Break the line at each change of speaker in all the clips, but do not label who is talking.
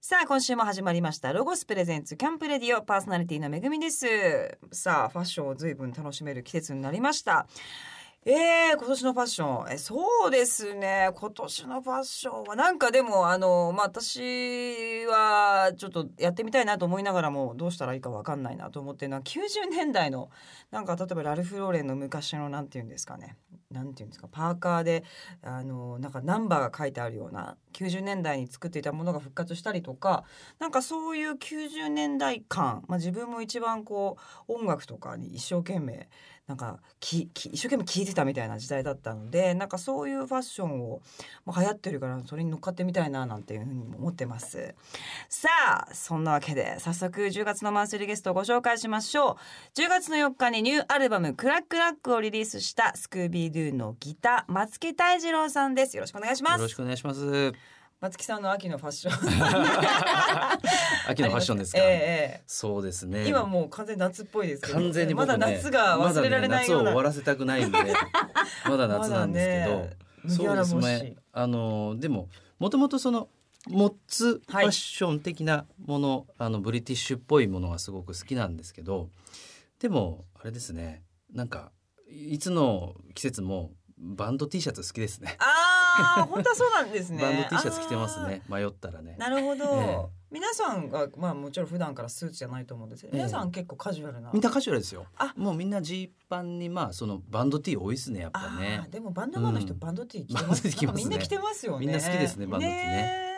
さあ今週も始まりましたロゴスプレゼンツキャンプレディオパーソナリティのめぐみですさあファッションを随分楽しめる季節になりましたえー、今年のファッションえそうですね今年のファッションはなんかでもあの、まあ、私はちょっとやってみたいなと思いながらもどうしたらいいかわかんないなと思ってるのは90年代のなんか例えばラルフ・ローレンの昔のなんていうんですかねなんていうんですかパーカーであのなんかナンバーが書いてあるような90年代に作っていたものが復活したりとかなんかそういう90年代感、まあ、自分も一番こう音楽とかに一生懸命なんかきき一生懸命聴いてたみたいな時代だったのでなんかそういうファッションを、まあ、流行ってるからそれに乗っかってみたいななんていうふうにも思ってますさあそんなわけで早速10月のマンスリーゲストをご紹介しましょう10月の4日にニューアルバム「クラックラック」をリリースしたスクービードゥのギター松木泰次郎さんですよろしくお願いしま
よろ
す
しくお願いします。
松木さんの秋のファッション
秋のファッションですか。
ええ
そうです
え
ね。
え今もう完全に夏っぽいですけど
完全に
ま
僕
だ
ね、
夏が忘れられないような、
まだね夏を終わらせた くないんで、まだ夏なんですけど、
まだね
そうです
麦わら帽
ね。あのでももともとそのモッツフ
は
ァ
い
ッション的なもの、あのブリティッシュっぽいものがすごく好きなんですけど、でもあれですね。なんかいつの季節もバンド T シャツ好きですね。
ああ本当はそうなんですね
バンド T シャツ着てますね。迷ったらね。
なるほど、
ええ
皆さんがまあもちろん普段からスーツじゃないと思うんですけど、
ええ
皆さん結構カジュアルな
みんなカジュアルですよ
あ。
もうみんなジーパンにまあそのバンド T 多いですねやっぱ
あ
ね
ー。でもバンドマンの人、
うん
バンド T 着てます
バンド T 着て
な
ますね
んかみんな着てますよね
みんな好きですねバンド T ね
え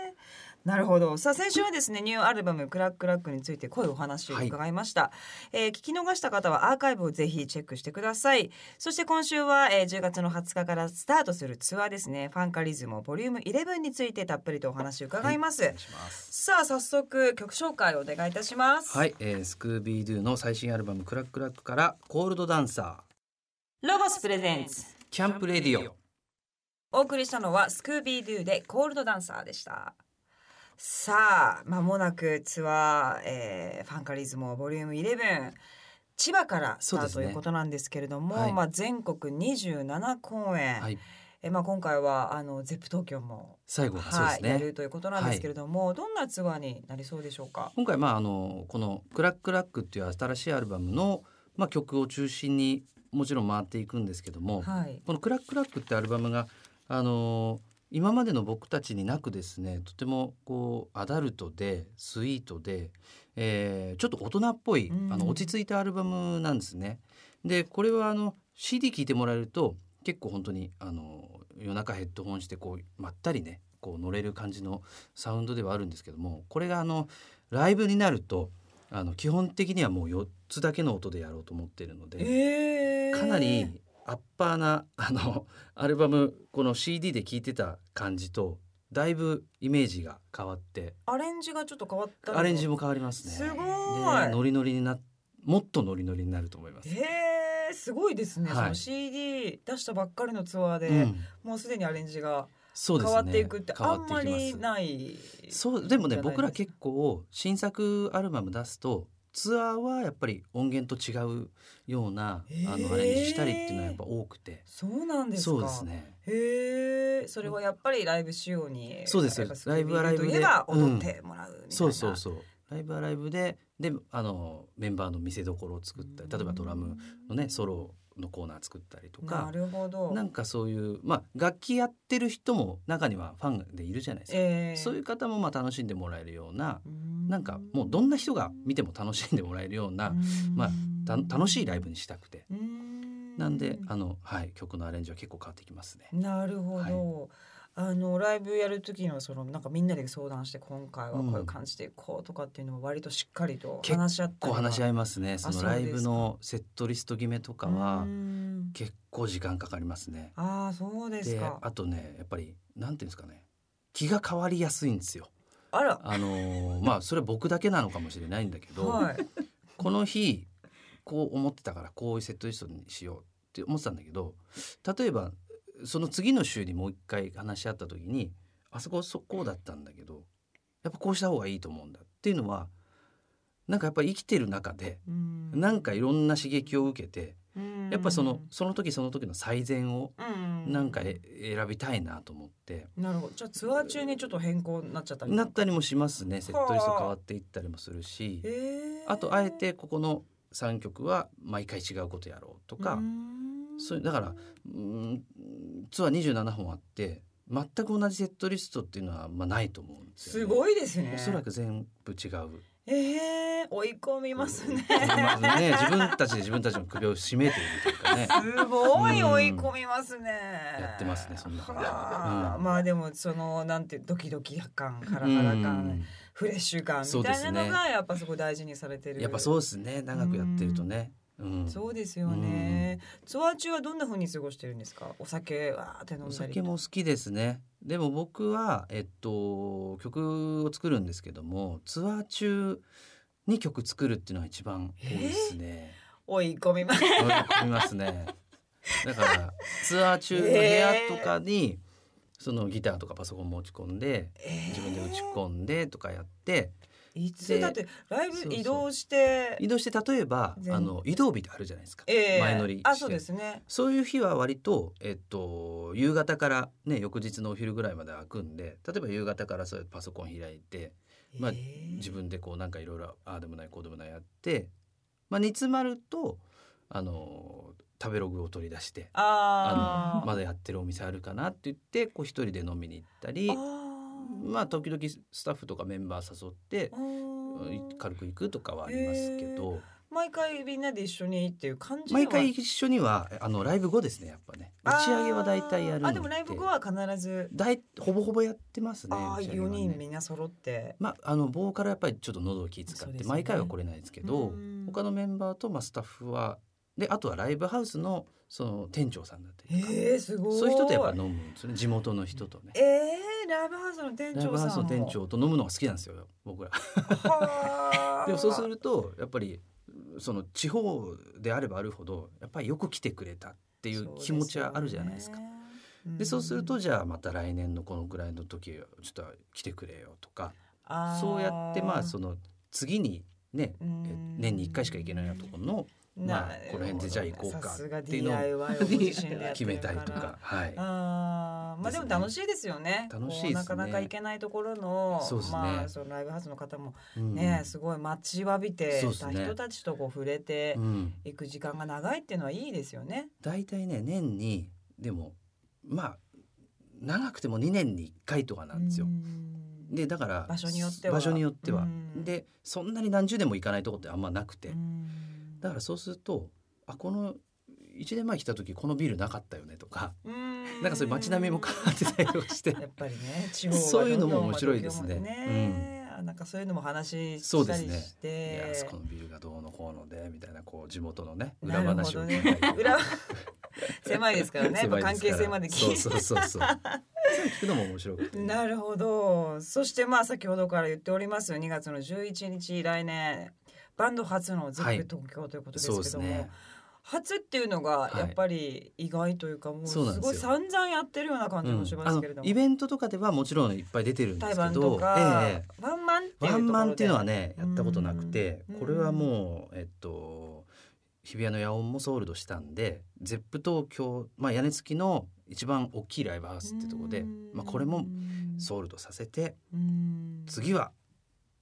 なるほどさあ先週はですねニューアルバム「クラックラック」について濃いお話を伺いました、えー聞き逃した方はアーカイブをぜひチェックしてくださいそして今週は、えー10月の20日からスタートするツアーですねファンカリズムボリューム11についてたっぷりとお話を伺います、
お願いします。
さあ早速曲紹介をお願いいたします
はい、えー、スクービードゥの最新アルバムクラックラックからコールドダンサ
ロゴスプレゼンツ
ーキャンプレディオ。
お送りしたのはスクービードゥでコールドダンサーでしたさあ間もなくツアー、えーファンカリズムボリューム11千葉からスタ
そう
ー
で
ト
す
と
ね
いうことなんですけれども、
はい
まあ全国27公演、
はい、
えーまあ今回はあのゼップ東京も、
最後がそうで
は
す
い、
ね。
やるということなんですけれども、どんなツアーになりそうでしょうか。
今回まああのこのクラックラックっていう新しいアルバムのまあ曲を中心にもちろん回っていくんですけども、
はい。
このクラックラックってアルバムがあの今までの僕たちになくですねとてもこうアダルトでスイートで、えーちょっと大人っぽい
うん
あの落ち着いたアルバムなんですね。でこれはあの CD 聴いてもらえると結構本当にあの夜中ヘッドホンしてこうまったりねこう乗れる感じのサウンドではあるんですけどもこれがあのライブになるとあの基本的にはもう4つだけの音でやろうと思っているので。
えー
かなりアッパーなあのアルバムこの CD で聴いてた感じとだいぶイメージが変わって
アレンジがちょっと変わったの。
アレンジも変わりますね。
すご
で
い。
ノリノリになもっとノリノリになると思います。
へえすごいですね。
はい
その CD 出したばっかりのツアーで、
うん、
もうすでにアレンジが
そう
変
ですね。
わっていくって
変わ
あ
っ
ん
ていき
ま
ます
りない。
そうでもね
じゃないです
僕ら結構新作アルバム出すとツアーはやっぱり音源と違うようなあ
へ
の
ー
アレンジしたりっていうのはやっぱ多くて、
そうなんですか。
そうです。ね。
へえそれはやっぱりライブ仕様に。
そうです
やっぱスクービードゥといえ
ライ
ば
ブはライブで
踊ってもらうみたいな。
そうそうそうライブはライブでであのメンバーの見せどころを作ったり例えばドラムのねソロのコーナー作ったりと
な
か
るほど。
なんかそういう、まあ、楽器やってる人も中にはファンでいるじゃないですか、
ええ
そういう方もまあ楽しんでもらえるようななんかもう
う
どんな人が見ても楽しんでもらえるようなまあた楽しいライブにしたくて
うーん
なんであの、はい、曲のアレンジは結構変わってきますね。
なるほど。あのライブやる時のそのなんかみんなで相談して今回はこういう感じでいこうとかっていうのも割としっかりと話し合った
こ
り
う
は
話し合いますねその
そうで
ラ
す
イ
か
ブのセットリスト決めとかは
うん
結構時間かかりますね。
ああそうです
で
か。
あとねやっぱりなんていうんですかね気が変わりやすいんですよ。
あら
あの ーまあそれは僕だけなのかもしれないんだけど、
はい。
この日こう思ってたからこういうセットリストにしようって思ってたんだけど例えばその次の週にもう一回話し合った時にあそこそこうだったんだけどやっぱこうした方がいいと思うんだっていうのはなんかやっぱり生きてる中でなんかいろんな刺激を受けてやっぱそのその時その時の最善を
うん
なんかえ選びたいなと思って、
なるほどじゃあツアー中にちょっと変更になっちゃったりとか
なったりもしますねセットリスト変わっていったりもするし、
えー
あとあえてここの3曲は毎回違うことやろうとか、
うーん
そういうだからうんツアー27本あって全く同じセットリストっていうのはまあないと思うんですよ、ね。
すごいですね
おそらく全部違う。
えー、追い込みますね
まずね、自分たちで自分たちの首を絞めているというかね。
すごい
うん
追い込みますね。
やってますねそんな感じ
はあ
うん
まあでもそのなんてドキドキ感ハラハラ
うん
感フレッシュ感みたいなのがやっぱそこ大事にされてる。
やっぱそうですね長くやってるとね、うん、
そうですよね。ツアー中はどんな風に過ごしてるんですか。お酒わーって飲んだ
お
り。
酒も好きですねでも僕は、えっと、曲を作るんですけどもツアー中に曲作るっていうのが一番多いですね、
追い込みます。
追い込みますねだからツアー中の部屋とかに、そのギターとかパソコン持ち込んで 自分で打ち込んでとかやって
えーいつだってライ
そう
ブ
そう
移動して。
移動して例えば
全
あの移動日ってあるじゃないですか、
えー
前乗りして
あそうですね。
そういう日は割と、えっと、夕方から、ね、翌日のお昼ぐらいまで開くんで例えば夕方からそうパソコン開いて、まあ
えー
自分でこうなんかいろいろああでもないこうでもないやって、まあ、煮詰まるとあの食べログを取り出して
あ
あのまだやってるお店あるかなって言ってこう一人で飲みに行ったり
あー
まあ時々スタッフとかメンバー誘って
あー
軽く行くとかはありますけど、
毎回みんなで一緒にっていう感じでは
毎回一緒にはあのライブ後ですねやっぱね打ち上げは大体やるんで
あーあでもライブ後は必ず、
だいほぼほぼやってますね。
ああ
打ち上げ
4
はね
人みんな揃って
まああのボーカルはやっぱりちょっと喉を気遣
そう
っ
で
て、
すね
毎回は来れないですけ
う
ど
ん
他のメンバーとまあスタッフはであとはライブハウスのその店長さんだったりとか、
えー、すごい
そういう人とやっぱ飲むんですよね地元の人とね。
えー、ライブハウスの店
ライブ
長
ハウス
さん
の
も
店長と飲むのが好きなんですよ僕ら。
はー
でもそうするとやっぱりその地方であればあるほどやっぱりよく来てくれたっていう気持ちはあるじゃないですか。でそうするとじゃあまた来年のこのぐらいの時ちょっと来てくれよとかそうやってまあその次にねえ年に1回しか行けないようなところのまあこの辺でじゃあ行こうかっていうのを
を
決めたりとかはい
あーまあ
で
ですも
ね
楽しいですよね。
楽しい
こうな
です
か
ね
なか行けないところの、
そうですね
まあそのライブハウスの方も
うん
ね、すごい待ちわびて
そう
た
ですね
人たちとこう触れて
うん
いく時間が長いっていうのはいいですよね。
大体ね年にでもまあ長くても2年に1回とかなんですよ
う。ん
でだから
場所によっては
場所によっては
うん
でそんなに何十年も行かないとこってあんまなくて
うん
だからそうするとあこの1年前来た時このビルなかったよねとか
うん
なんかそういう街並みも変わってたりとかして
やっぱり ね、地方は
そういうのも
どんどん
面白いですね
まあ東京もねあなんかそういうのも話したりし
い
て、
やあそこのビルがどうのこうのでみたいなこう地元のね
な
裏
るほ
話
ど
を
ね
聞いたりとか
裏狭いですからね、やっぱ
狭
関
いすか
係
ら
性まで聞い
そ
て
うそうそうそうそう 聞くのも面白くて、
なるほどそしてまあ先ほどから言っております2月の11日来年バンド初の ZIP
はい
東京ということです
そうで
け
す
ども、
ね
初っていうのが
はい
やっぱり意外というか、もうす
そうなんで
ごい
すよ
散々やってるような感
う
じ
ん
もしま
あ
す
の
けれども、
イベントとかではもちろんいっぱい出てるんで
対
すけ
バンと
ど、
か、
ええ
ワンマンっていうとこ
ワ
ろで
ンマンっていうのはねやったことなくて
うん
これはもうえっと日比谷の野音もソールドしたんでゼップ東京、まあ、屋根付きの一番大きいライブハウスってとこで、まあ、これもソールドさせて
うん
次はっ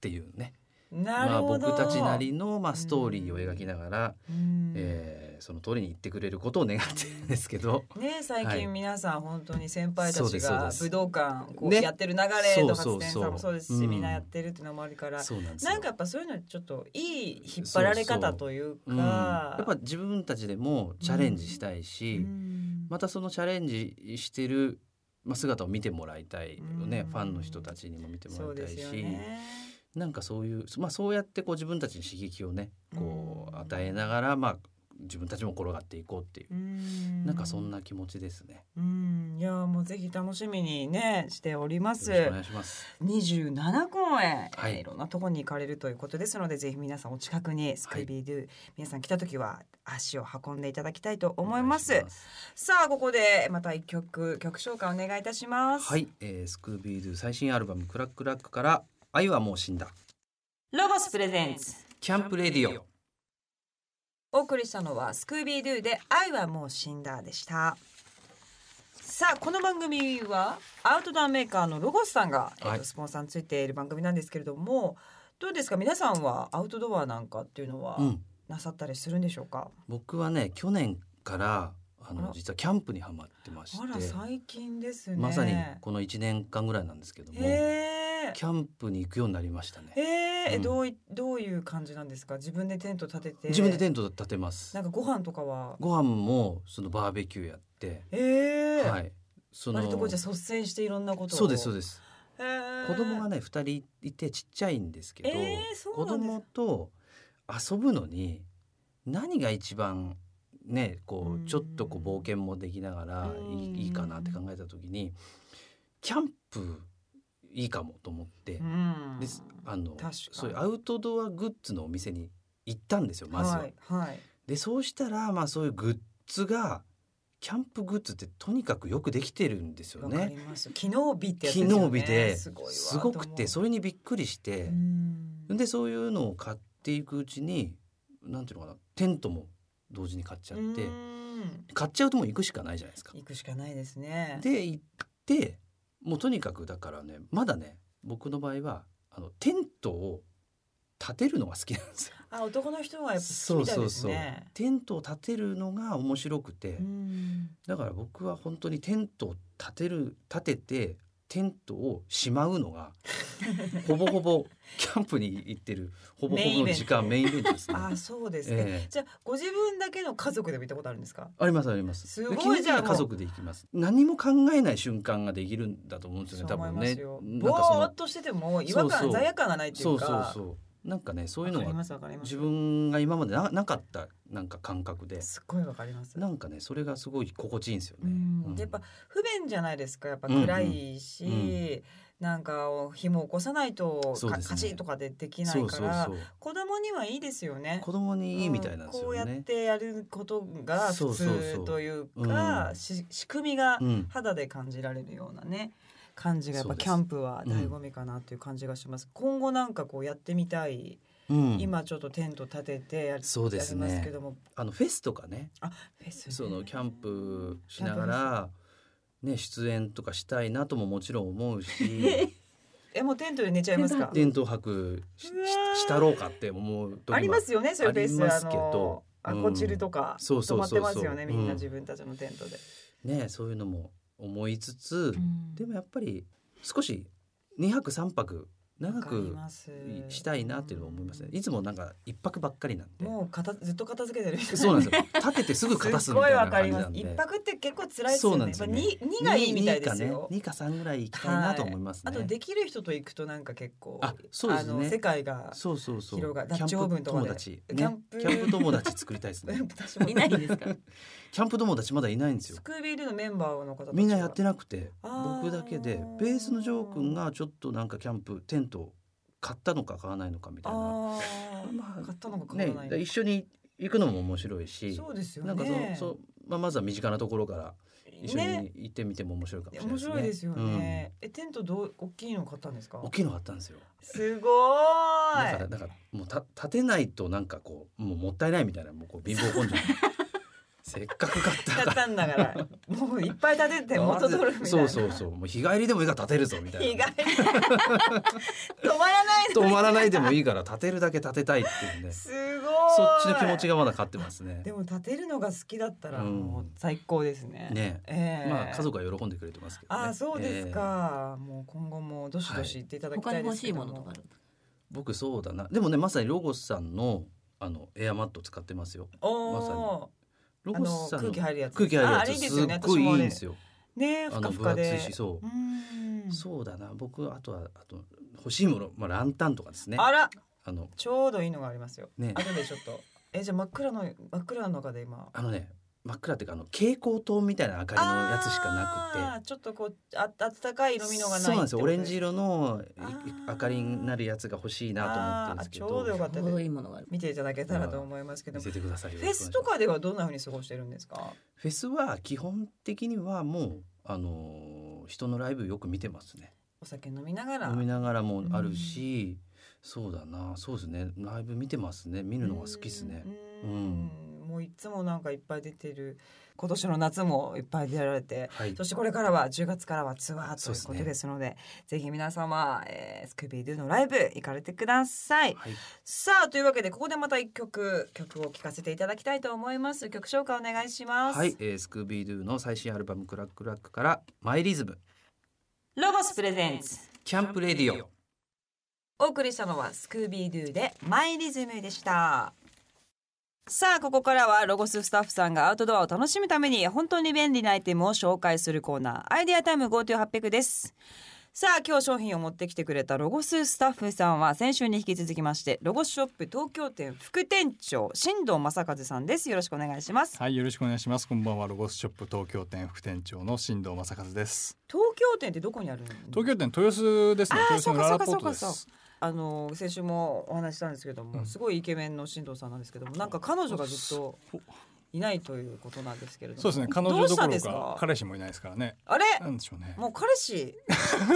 ていうね
な
ま
る
あ、
ほど、
僕たちなりの、まあ、ストーリーを
うん
描きながら、
うん
えーその通りに行ってくれることを願ってるんですけ ど。
ね、最
はい
近皆さん本当に先輩た
そう
ち
ですそう
が
です
武道館こう
ね
やってる流れとか
そうそうそう
発展さんもそうですし
うん
みんなやってるっていうのもあるから
そうなんですよ
なんかやっぱそういうのちょっといい引っ張られ方という
うん、や
か
っぱ自分たちでもチャレンジしたいし、
うん
またそのチャレンジしてる、まあ、姿を見てもらいたいよね、
うん
ファンの人たちにも見て
そ
も
う
ら
で
いたい
すよ
し、
ね。
なんかそういう、まあ、そうやってこう自分たちに刺激をねこ
う
うん与えながら、まあ、自分たちも転がっていこうっていう、
な
なんかそんな気持ちですね。
うんいやもうぜひ楽しみにねしておりま
よろしくお
す
願いします。
27公演、
はい
えーいろんなとこに行かれるということですのでぜひ皆さんお近くにスクービードゥ、皆さん来た時は足を運んでいただきたいと思います
お願しす
さあここでまた一曲曲紹介お願いいたします、
はい、えー、スクービードゥ最新アルバム「クラックラック」から「愛はもう死んだ
ロゴスプレゼンツ」
キャンプレディオ
お送りしたのはスクービードゥで愛はもう死んだでしたさあこの番組はアウトドアメーカーのロゴスさんが、えっ
は
と、
い
スポンサーについている番組なんですけれどもどうですか皆さんはアウトドアなんかっていうのは
うん、
なさったりするんでしょうか、
僕はね去年からあ
あら
の実はキャンプにはまってまして
あら最近ですね
まさにこの1年間ぐらいなんですけども
へえ
キャンプに行くようになりました
へ
ね
ええ
うん
どういどういう感じなんですか自分でテント立てて
自分でテ
ン
ント立てます
なんかご飯とかは
ご飯もそのバーベキューやって
ええ、
はいいその
割とこうじゃあ率先していろんなことを
そうですそう
です、へ
です
え
子供がね2人いてちっちゃいんですけど、
えーそう
子
なんです
供と遊ぶのに何が一番ねこ
うん
うちょっとこう冒険もできながらい
うん
いいいかなって考えた時にキャンプいいかもと思って、
うん
ですあの
確かに
そういうアウトドアグッズのお店に行ったんですよまずは。
はい、はい、
でそうしたらまあそういうグッズがキャンプグッズってとにかくよくできてるんですよ
わかり
ね。
ます。機能美ってやつ
機
ですよね。
能美です
ごいわ
すごくて
れ
それにびっくりして。でそういうのを買っていくうちになんていうのかなテントも同時に買っちゃって買っちゃうともう行くしかないじゃないですか。
行くしかないですね。
で行ってもうとにかくだからねまだね僕の場合はあのテントを建てるのが好きなんですよ。
あ、男の人はやっぱ好き
そ
み
う
たい
そ
で
う
す
そう
ね。
テントを建てるのが面白くて
うん
だから僕は本当にテントを建てる建ててテントをしまうのがほぼほぼキャンプに行ってるほぼ
メインイ
ほぼ
ベ
の
ント
時間メインイベントですね。
あ、そうですね。
ええ
じゃあご自分だけの家族でも行ったことあるんですか。
ありますあります。
すごい
基本的には
じゃあもう
家族で行きます。何も考えない瞬間ができるんだと思うんですよね。多
思い
分
ま
ね
すよ。。
なん
ぼ
かそ
ー
の
っとしてても違和感
そうそう
罪悪感がないってい
そうう
か。
そうそう。なんかねそういうの
わかり
が
ますわかりま
自
す。
分が今までななかったなんか感覚です
っごいわかります。
なんかねそれがすごい心地いいんですよ
う
ね。うんん
やっぱ不便じゃないですかやっぱ
うんうん
暗いし、
うん
なんか火も起こさないと
そう
か、
ですね
カチッとかでできな
そ
いうか
そう
ら
そう。
子供にはいいですよね。
子供にいいみたいなんです
うんこう
よ
やっ
ね。
てやることが
そ
普
うそうそう
通というか
うん
し仕組みが
うん。
肌で感じられるようなね感じがやっ
そ
ぱ
うです
キャンプは醍醐味かなっていう感じがします。今後なんかこうやってみたい、
うん、
今ちょっとテント立ててやり
そうです
や
ね
りますけども
あのフェスとかね
フェスね
そのキャンプしながら。ね、出演とかしたいなとももちろん思 うし
えもうテントで寝ちゃいますか。
伝統博しし
うわー
したろうかって思う時も
ありますよね、そういうフェス、
ありま
あ
すけ
の
ど、
ア
うん
コチルとか、
そう
泊
そ
まっ
うそ
て
うそう
ますよね、みん
う
な、
ん
自分たちのテントで。
ねそういうのも思いつつ、でもやっぱり少し2泊3泊長くしたいなっていうのを思いますねいつもなんか1泊ばっかりなんで
もう、かた、ずっと片付けてる。
そうなんんですよ立ててすぐ片す
す
み
ご
た
い
い
わ
な
か
感
り
じ
ま
な
す
ん。で
一泊って結構辛いですよ
そうな
ね。や
んで
っ
す
ぱ
よね
二、二がいいみたいですよ。
2か3ぐらい行きたいなと思います
あ
ね、
と、できる人と行くと、なんか結構、
あそうですね
あの世界が。
そうそうそう
広が
キャン
ダッチオーブ
プ
ンとかで
友達、ね、
キ
キ
ャ
ャ
ンプ
ンプ友達作りたいですね
私も
いないんです か。
キャンプ友達まだいないんですよ
スクービールのメンバーの方たちが。
みんなやってなくて
あー
僕だけでベースのジョー君がちょっとなんかキャンプテント買ったのか買わないのかみたいな、
ああ、
まあ
買ったのか買
ね
わない、のか
一緒に行くのも面白いし
そうですよね。
なんかそのそう、まあ、まずは身近なところから一緒
ね
に行ってみても面白いかもしれない
面
ですね。
白いですよね。えテントどう大きいの買ったんですか
うん、大？きいのがあったんですよ
すご
だ
ー
か
い
ら。だからもうた立てないとなんかこうもうもったいないみたいなもうこう貧乏根 性せっかく買った
買
か
っ
ら
たんだ から、もういっぱい立てて元取るみたいな。
そうそうそうもう日帰りでもいいから立てるぞみたい な
意外。 止まらないの。
止まらないでもいいから立てるだけ立てたいっていうね
すごーい。
そっちの気持ちがまだ勝ってますね
でも立てるのが好きだったら
うん
もう最高ですね。
ね
ええ
まあ家。族は喜んでくれてますけど、ね、
ああそうです
ええ
か。もう今後もどしどし言っていただき
他
たい
に
で
欲
す
しい
けど
も
も。
のとかある。
僕そうだなでもねまさにロゴスさんのあのエアマット使ってますよまさ
お
にロ
お。あ
ゴ
の
スさん
空
の
気入るやつ。
空気入る
あ
や
あれいい
つ
です
す
よ
っ
ね。
ごいいいんで
よ。
すよ
ね
あ
ふ
の
かふ
分
か
厚い
で
し。そうう、
ん
そうだな僕あとはあと欲しいもの、まあ、ランタンとかですね
あら
あの
ちょうどいいのがありますよ。
ね
後でちょっと。 えじゃあ真っ暗の真っ暗の中で今。
あのね真っ暗っていうかあの蛍光灯みたいな明かりのやつしかなくて
あーちょっとこうあ暖かい色味のがない。
そうなんですよオレンジ
色。
色のい
あー
明かりになるやつが欲しいなと思ってるんですけ
あーちょうどよかっ
ど
ちょうどいいものがある。
見ていただけたらと思いますけど。
見
フ
せてくださいよ
ェスと
よ
かではどんな風に過ごしてるんですか。
ろしくお願いしますフェスは基本的にはもうあのー人のライブよく見てますね
お酒飲みながら。
飲みながらもあるし、そうだなそうですねライブ見てますね見るのが好きですね
うん。うんもういつもなんかいっぱい出てる今年の夏もいっぱい出られて
はい
そしてこれからは10月からはツアーとい
そうで
う
す
こ
ね
とですのでぜひ皆様、えースクービードゥのライブ行かれてください。
はい
さあというわけでここでまた一曲曲を聴かせていただきたいと思います。曲紹介お願いします。
はい、えースクービードゥの最新アルバムクラックラックからマイリズム
ロゴスプレゼンツ
キャンプレディオ
お送りしたのはスクービードゥでマイリズムでしたさあここからはロゴススタッフさんがアウトドアを楽しむために本当に便利なアイテムを紹介するコーナーアイデアタイム GoTo800 ですさあ今日商品を持ってきてくれたロゴススタッフさんは先週に引き続きましてロゴスショップ東京店副店長新藤正和さんですよろしくお願いします
はい、よろしくお願いします。こんばんは、ロゴスショップ東京店副店長の新藤正和です。
東京店ってどこにあるの
東京店豊洲ですね。
あー
豊洲のララポートで
そうかそうか
す。
あの先週もお話ししたんですけども、
うん
すごいイケメンの進藤さんなんですけどもなんか彼女がずっといないということなんですけれども
そうですね。彼
ど
女
うし
ど
た
こ
んで
ろ
す
か
か
彼氏もいないですからね。
あれ
なんでしょうね。
もう彼氏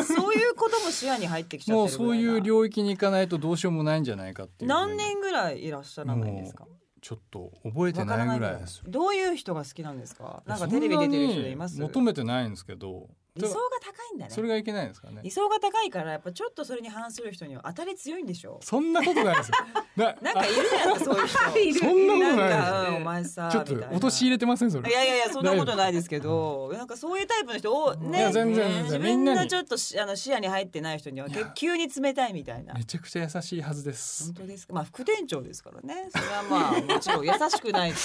そういうことも視野に入ってきちゃ
も
っ
う
てる
そう
ぐらい
いう
な
領域に行かないとどうしようもないんじゃないかっていう。
何年ぐらいいらっしゃらないんですか
ちょっと覚えて
わから
な
ないいぐ
ぐら
ら
い
い
ですよ。
どういう人が好きなんですかなんかテレビ出てる人でいます
そんなに求めてないんですけど。
理想
た
が
だ
高いんだ
それ
ね
がいけないですからね
理。想が高いからやっぱちょっとそれに反する人には当たり強いんでしょ
そんなことな いですよ。な
なんかいるじゃんそういう人
そんなことないですよ
んかうんお前さ
ちょっと
みたいな
落とし入れてませんそれ
い。やいやいやそんなことないですけどなんかそういうタイプの人をね
いや全然全然
自
み
分
んな
が
に
ちょっとしあの視野に入ってない人にはけ
いや
急に冷たいみたいな
めちゃくちゃ優しいはずです
本。当ですかまあ副店長ですからねそれはまあもちろん優しく ないと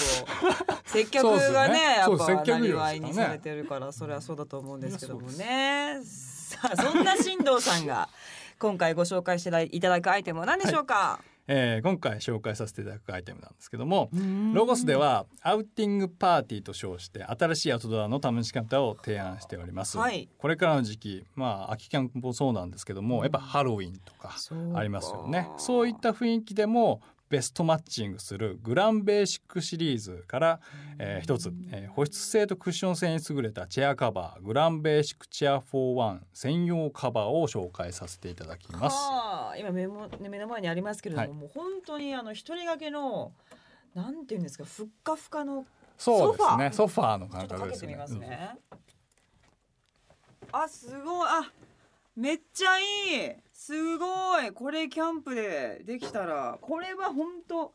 接客
そうです
がね
よね
や
そ
っ
う
ぱ
接
な
客
り
業ですからね
わいにされてるからそれはそうだと思うんですけどもねさあそんな進藤さん が今回ご紹介していただくアイテムは何でしょうか、
えー今回紹介させていただくアイテムなんですけども
うん
ロゴスではアウティングパーティーと称して新しいアウトドアの試し方を提案しております、
はい
これからの時期まあ秋キャンもそうなんですけどもやっぱハロウィンとか
そうか
ありますよねそういった雰囲気でもベストマッチングするグランベーシックシリーズから、えー一つ、えー保湿性とクッション性に優れたチェアカバーグランベーシックチェア4-1専用カバーを紹介させていただきます
はあ今目もね目の前にありますけれども、
はい
もう本当にあの一人掛けのなんていうんですかふっかふかの
そうですね
ソ
ソファーの
ちょっ
感
とか
覚で
けて
すよ
み
ね
ますね。あすごいあめっちゃいいすごいこれキャンプでできたらこれは本当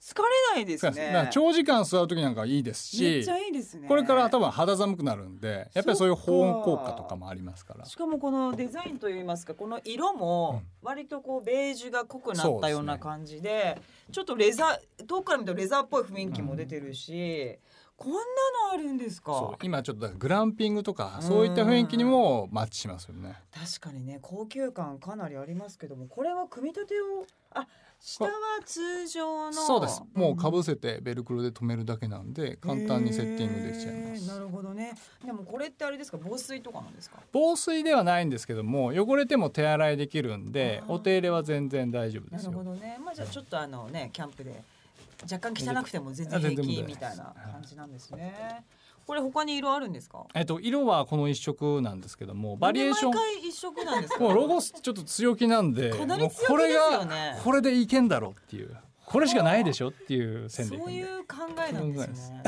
疲れないで
そ
す
うですだから
ね。
長時間座る時なんかいいです
めっ
し
ちゃいいですね。
これから多分肌寒くなるんでやっぱりそういう保温効果とかもありますから
しかもこのデザインといいますかこの色も割とこうベージュが濃くなったような感じでちょっとレザー遠くから見るとレザーっぽい雰囲気も出てるし、こんなのあるんです
そ
か
う今ちょっとだからグランピングとかそういった雰囲気にもマッチしますよね
確かにね高級感かなりありますけどもこれは組み立てをあ下は通常の
そうですもうかぶ
せ
せてベルクロで留めるだけなんで簡単にセッティングできちゃいます
なるほどねでもこれってあれですか防水とかなんですか
防水ではないんですけども汚れても手洗いできるんで
あー
お手入れは全然大丈夫で
な
す
るほ
よ
どね。まあじゃあちょっとあのねキャンプで若干汚くても全然
あ全
平
然
気
問題ない
みたいな
はい
感じなんですね。これ他に色あるんですか？
えっと色はこの一色なんですけどもバリエーション
なんで毎回一色なんですか？
もうロゴスちょっと強気なんで、
かなり
もう
強気
これ
ですよね
がこれでいけんだろうっていう、これしかないでしょっていう線でいくん
そう
で。
いう考えなんですね。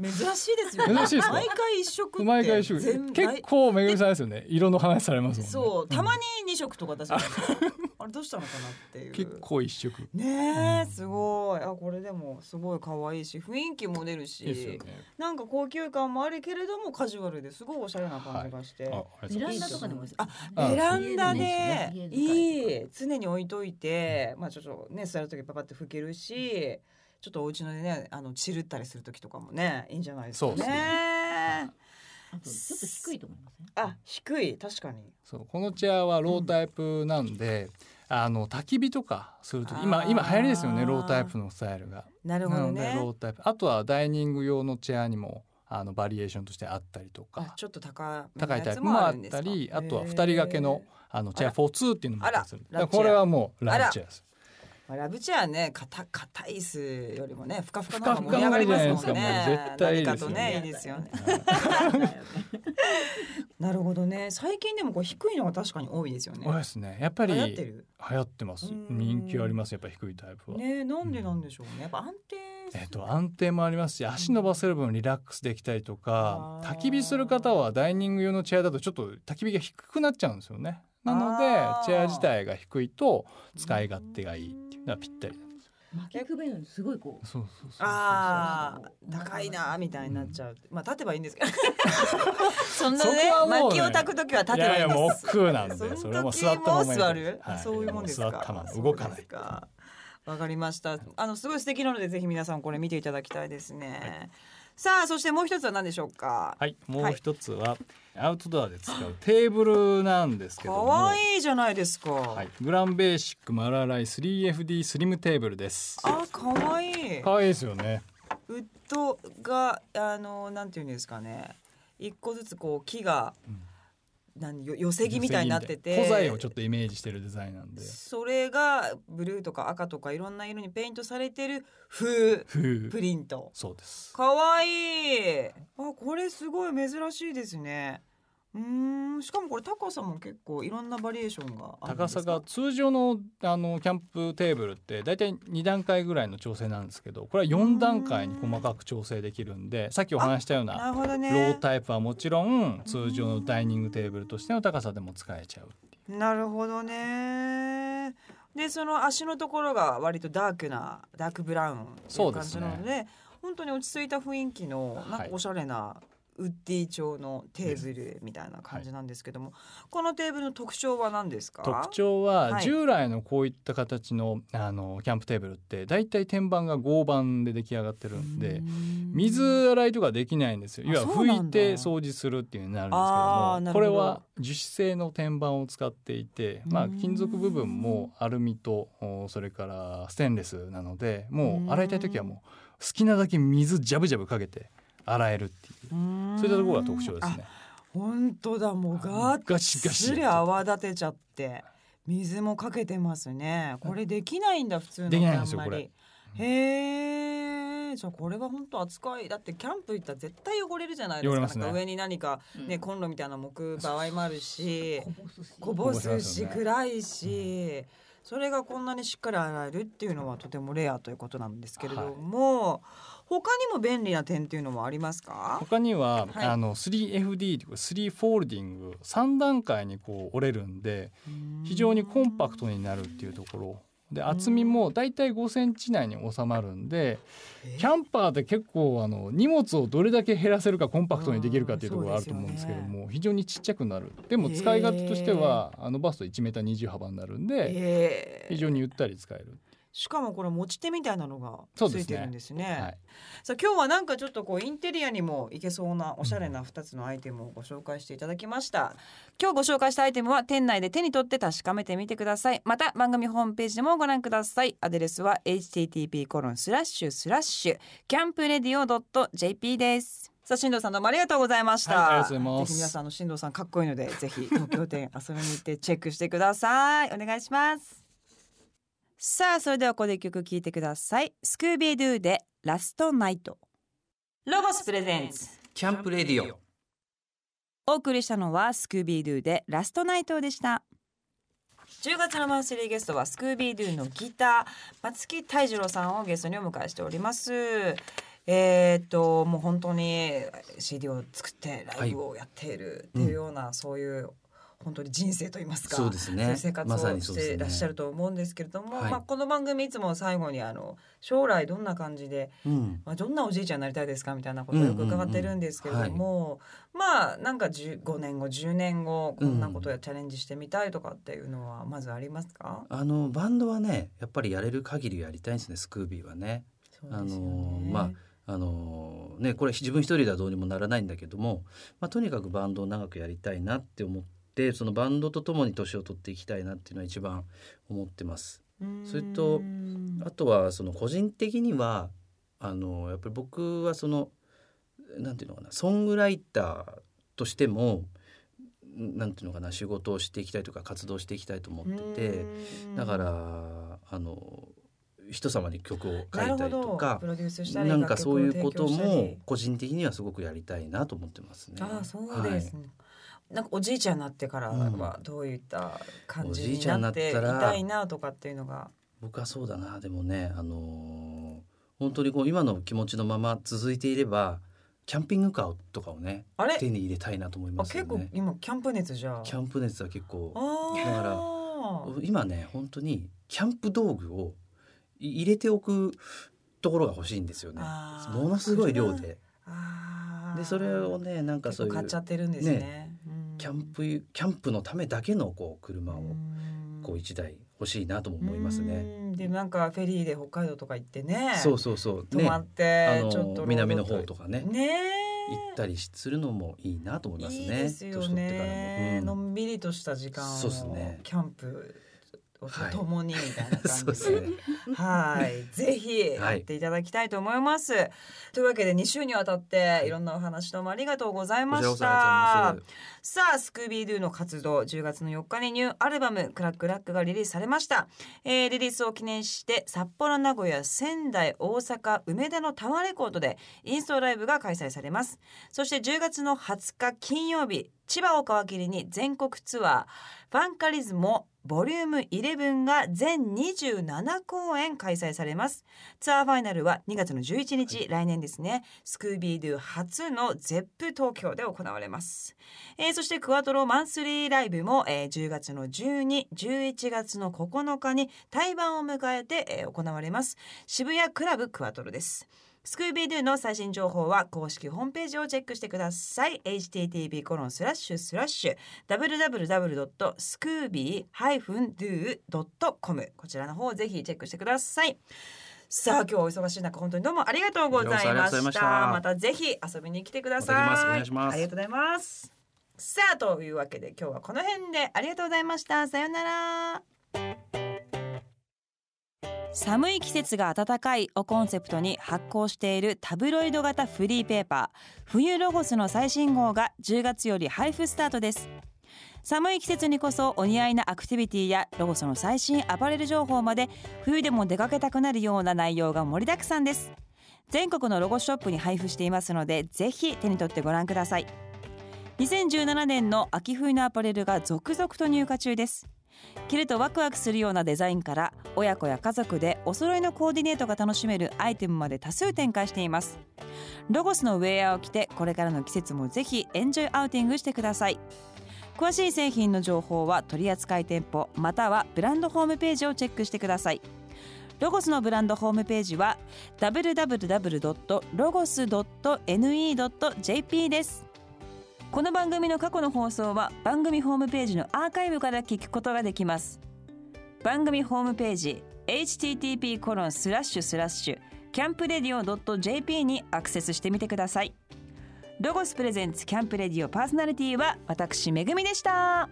珍しいですよね。
珍しいですか
毎回一色って。
毎回一緒
全
結構めぐみさんですよね。色の話されますもんね。
そうたま
に、
に二色とか出すんですよ。あれどうしたのかなっていう。
結構一色。
ねえ
うん
すごいあこれでもすごい可愛いし雰囲気も出るし
いいですよね。
なんか高級感もあるけれどもカジュアルですごいおしゃれな感じがして、
あ、あり
ベ
がとうございま
ラン
す
ダとかでもいいですよ
あ
ね
あ
ベランダで
家使
い
とか
い常に置いといて、まあちょっとね座る時パパって拭けるし、ちょっとお家のねあのチルったりする時とかもねいいんじゃないですかね。
そうです
あとちょっと低いと思いま せん
あ低い確かに。
そうこのチェアはロータイプなんで、あの焚き火とかするとき、
あ
今
ー
今流行りですよね。ロータイプのスタイルが。
なるほ
な
ど
ので
ね
ロ。ータイプ。あとはダイニング用のチェアにもあのバリエーションとしてあったりと
あ
か。
ちょっと高めの
高いタ
や
イ
つ
プも
も
あ
あ
っ
るんです
た
か
りあとは二人掛けの。あのチェア42っていうのもあったりする
あら
だからこれはもう
ラブチェア
ラブチェアです
まあラブチェアね、硬硬い椅子よりもね、ふかふかの方が
ふかふかの
盛り上がりますもん
じゃないですかも
ね
う。絶対いいですよね
何かとね、いいですよね。なるほどね、最近でもこう低いのが確かに多いですよね
多い。ですねやっぱり
流行って
流
る。
行ってます
うん
人気ありますやっぱ低いタイプは、
ね、なんでなんでしょうね、やっぱ安定
えっと、安定もありますし足伸ばせる分リラックスできたりとか
あー
焚き火する方はダイニング用のチェアだとちょっと焚き火が低くなっちゃうんですよねなので
あー
チェア自体が低いと使い勝手がいいっていうのはぴったり
巻きくべるのにすごい こう
そうそうそう
ああ高いなーみたいになっちゃう、まあ立てばいいんですけどそんな
そこ
ね
はもうね
薪を炊くときは立てばいいん
や
で
いや
す
もう億劫なん
その
で
時
それも座ったま
も
まや
う
りた
座
い
る、
は
そういうもんですか
座ったまま動か
そ
な
う
い
ですかわかりましたあのすごい素敵なのでぜひ皆さんこれ見ていただきたいですね、さあそしてもう一つは何でしょうか
はいもう一つはアウトドアで使うテーブルなんですけ
可
ども
愛いじゃないですか、
はい、グランベーシックマラライ 3FD スリムテーブルです
あ可愛い
可愛いですよね
ウッドがあのなんていうんですかね一個ずつこう木が、なんよ寄せ木みたいになってて
古材をちょっとイメージしてるデザインなんで
それがブルーとか赤とかいろんな色にペイントされてる風
ふう
プリント
そうです
かわいいあこれすごい珍しいですねうーんしかもこれ高さも結構いろんなバリエーションがあるんで
高
す
さ
か
が通常のあのキャンプテーブルって大体2段階ぐらいの調整なんですけどこれは4段階に細かく調整できるんでさっきお話ししたよう
な
な
るほど
ロ
ね
ータイプはもちろん通常のダイニングテーブルとしての高さでも使えちゃうっていう
なるほどね。でその足のところが割とダークなダークブラウンってい
そううで
感
す
じ
ね
なので本当に落ち着いた雰囲気のなんか
はい
おしゃれなウッディ調のテーブルみたいな感じなんですけども、このテーブルの特徴は何ですか
特徴
は
はい従来のこういった形のあのキャンプテーブルって大体天板が合板で出来上がってるんで水洗いとかできないんですよ。
あ
要は
そうなんだ
拭いて掃除するっていうになるんで
あー
すけど
な
も
る
こ
ほど
れは樹脂製の天板を使っていて、ま
う
あ、
ん
金属部分もアルミとおそれからステンレスなのでもう洗いたい時はもう好きなだけ水ジャブジャブかけて洗えるっていう
うん
そういったところが特徴ですね。
あ本当だもうガッ
ガシガシ
ツリ泡立てちゃって水もかけてますねこれできないんだ普通の
できないんですよ
あまりへえじゃあこれは本当扱いだってキャンプ行ったら絶対汚れるじゃないです
汚
か
れますね
なんか上に何か、ね
うん
コンロみたいなのも置く場合もあるし
こぼすし
こぼ
こぼ
す
します
し
よね
暗いし、それがこんなにしっかり洗えるっていうのはとてもレアということなんですけれども、他にも便利な点っていうのもありますか
他には、
はい
あの 3FD というか3フォールディング3段階にこう折れるんで非常にコンパクトになるっていうところで厚みもだいたい5センチ内に収まるんで
え
キャンパーって結構あの荷物をどれだけ減らせるかコンパクトにできるかっていうところがあると思うんですけど
うんそうです
も、非常にちっちゃくなるでも使い勝手としてはあのバスト1メーター20幅になるんで
ええ
非常にゆったり使える、
しかもこれ持ち手みたいなのが
そう
つ
で
い
す
て
ね
るんですね。
はい、
さあ今日はなんかちょっとこうインテリアにもいけそうなおしゃれな2つのアイテムをご紹介していただきました今日ご紹介したアイテムは店内で手に取って確かめてみてくださいまた番組ホームページでもご覧くださいアドレスは http コロンスラッシュスラッシュキャンプレディオ .jp ですさあ新藤さんどうもありがとうございました、
はいありがとうございます
ぜひ皆さんあの新藤さんかっこいいのでぜひ東京店遊びに行ってチェックしてくださいお願いしますさあそれではここで一曲聴いてくださいスクービードゥでラストナイトロゴスプレゼンツ
キャンプレディオ
お送りしたのはスクービードゥでラストナイトでした10月のマンスリーゲストはスクービードゥのギター松木泰次郎さんをゲストにお迎えしておりますえーっともう本当に CD を作ってライブをやっているっていうような、そういう本当に人生といいますか
そうですね
そういう生活
まさ
を
にそ
し
うです
て
ね
いらっしゃると思うんですけれども、
はい
まあ、この番組いつも最後にあの将来どんな感じで
うん
まあ、どんなおじいちゃんになりたいですかみたいなことをよく伺ってるんですけれども、まあなんか5年後10年後こんなことやチャレンジしてみたいとかっていうのはまずありますか、
あのバンドはねやっぱりやれる限りやりたいんですねスクービーはね。
そうですよ
あ
ね
のまああのねこれ自分一人ではどうにもならないんだけども、まあ、とにかくバンドを長くやりたいなって思ってそのバンドとともに年を取っていきたいなっていうのは一番思ってます。それと
うん
あとはその個人的にはあのやっぱり僕はそのなんていうのかなソングライターとしてもなんていうのかな仕事をしていきたいとか活動していきたいと思ってて。
うん
だからあの人様に曲を書
ないる
た
ほ
りと
ど
か
プロデュースしたり
なんかそういうこと
楽曲を提供
も個人的にはすごくやりたいなと思ってますね
し。たりああそうです、
は
ねなんかおじいちゃんになってからはどういった感じになってい
うんおじいちゃんになったら
たいなとかっていうのが、
い僕はそうだなでもねあのー本当にこう今の気持ちのまま続いていればキャンピングカーとかをね
あれ
手に入れたいなと思い
あ
ますよ
結構
ね。
今キャンプ熱じゃあ
キャンプ熱は結構
あー
だから今ね本当にキャンプ道具をい入れておくところが欲しいんですよね。
あー
ものすごい量で。
あー
でそれをねなんか
結
そう
構買
い
っ
う
ちゃってるんですねうん
キャンプキャンプのためだけのこう車を
うん
こう一台欲しいなとも思いますね。
うんでなんかフェリーで北海道とか行ってね
そうそうそう
泊
ね
ま
あ
ってちょっと
の南の方とかね
かねえ
行ったりするのもいいなと思いますね。
いいですよ
年取ってからも
ね、
うん
のんびりとした時間を
そうっすね
キャンプを
はい
ともにみたいな
そ
感
うで
じ
す
で
ね。
はい、ぜひ
は
や
い
っていただきたいと思います。というわけで2週にわたっていろんなお話どうもありがとうござい
こ
ま
ちらこ
し
そあ
た
りがとうございます。
さあスクービードゥの活動10月の4日にニューアルバム「クラックラック」がリリースされました、えーリリースを記念して札幌名古屋仙台大阪梅田のタワーレコードでインストライブが開催されますそして10月の20日金曜日千葉を皮切りに全国ツアー「ファンカリズモボリューム11が全27公演開催されますツアーファイナルは2月の11日、来年ですねスクービードゥ初のゼップ東京で行われますえーそしてクワトロマンスリーライブも、えー10月の12、11月の9日に対バンを迎えて、えー行われます。渋谷クラブクワトロです。スクービードゥの最新情報は公式ホームページをチェックしてください。http コロンスラッシュスラッシュ www.scooby-do.com こちらの方をぜひチェックしてください。さあ今日はお忙しい中本当にどうもありがとうございました。
こちらこそありがとうございました
またぜひ遊びに来てください。
また来ますお願いします
ありがとうございます。さあというわけで今日はこの辺でありがとうございました。さようなら。寒い季節が暖かいをコンセプトに発行しているタブロイド型フリーペーパー冬ロゴスの最新号が10月より配布スタートです寒い季節にこそお似合いなアクティビティやロゴスの最新アパレル情報まで冬でも出かけたくなるような内容が盛りだくさんです全国のロゴショップに配布していますのでぜひ手に取ってご覧ください2017年の秋冬のアパレルが続々と入荷中です着るとワクワクするようなデザインから親子や家族でお揃いのコーディネートが楽しめるアイテムまで多数展開していますロゴスのウェアを着てこれからの季節もぜひエンジョイアウティングしてください詳しい製品の情報は取扱店舗またはブランドホームページをチェックしてくださいロゴスのブランドホームページは www.logos.ne.jp ですこの番組の過去の放送は番組ホームページのアーカイブから聞くことができます番組ホームページ http コロンスラッシュスラッシュキャンプレディオ .jp にアクセスしてみてくださいロゴスプレゼンツキャンプレディオパーソナリティは私めぐみでした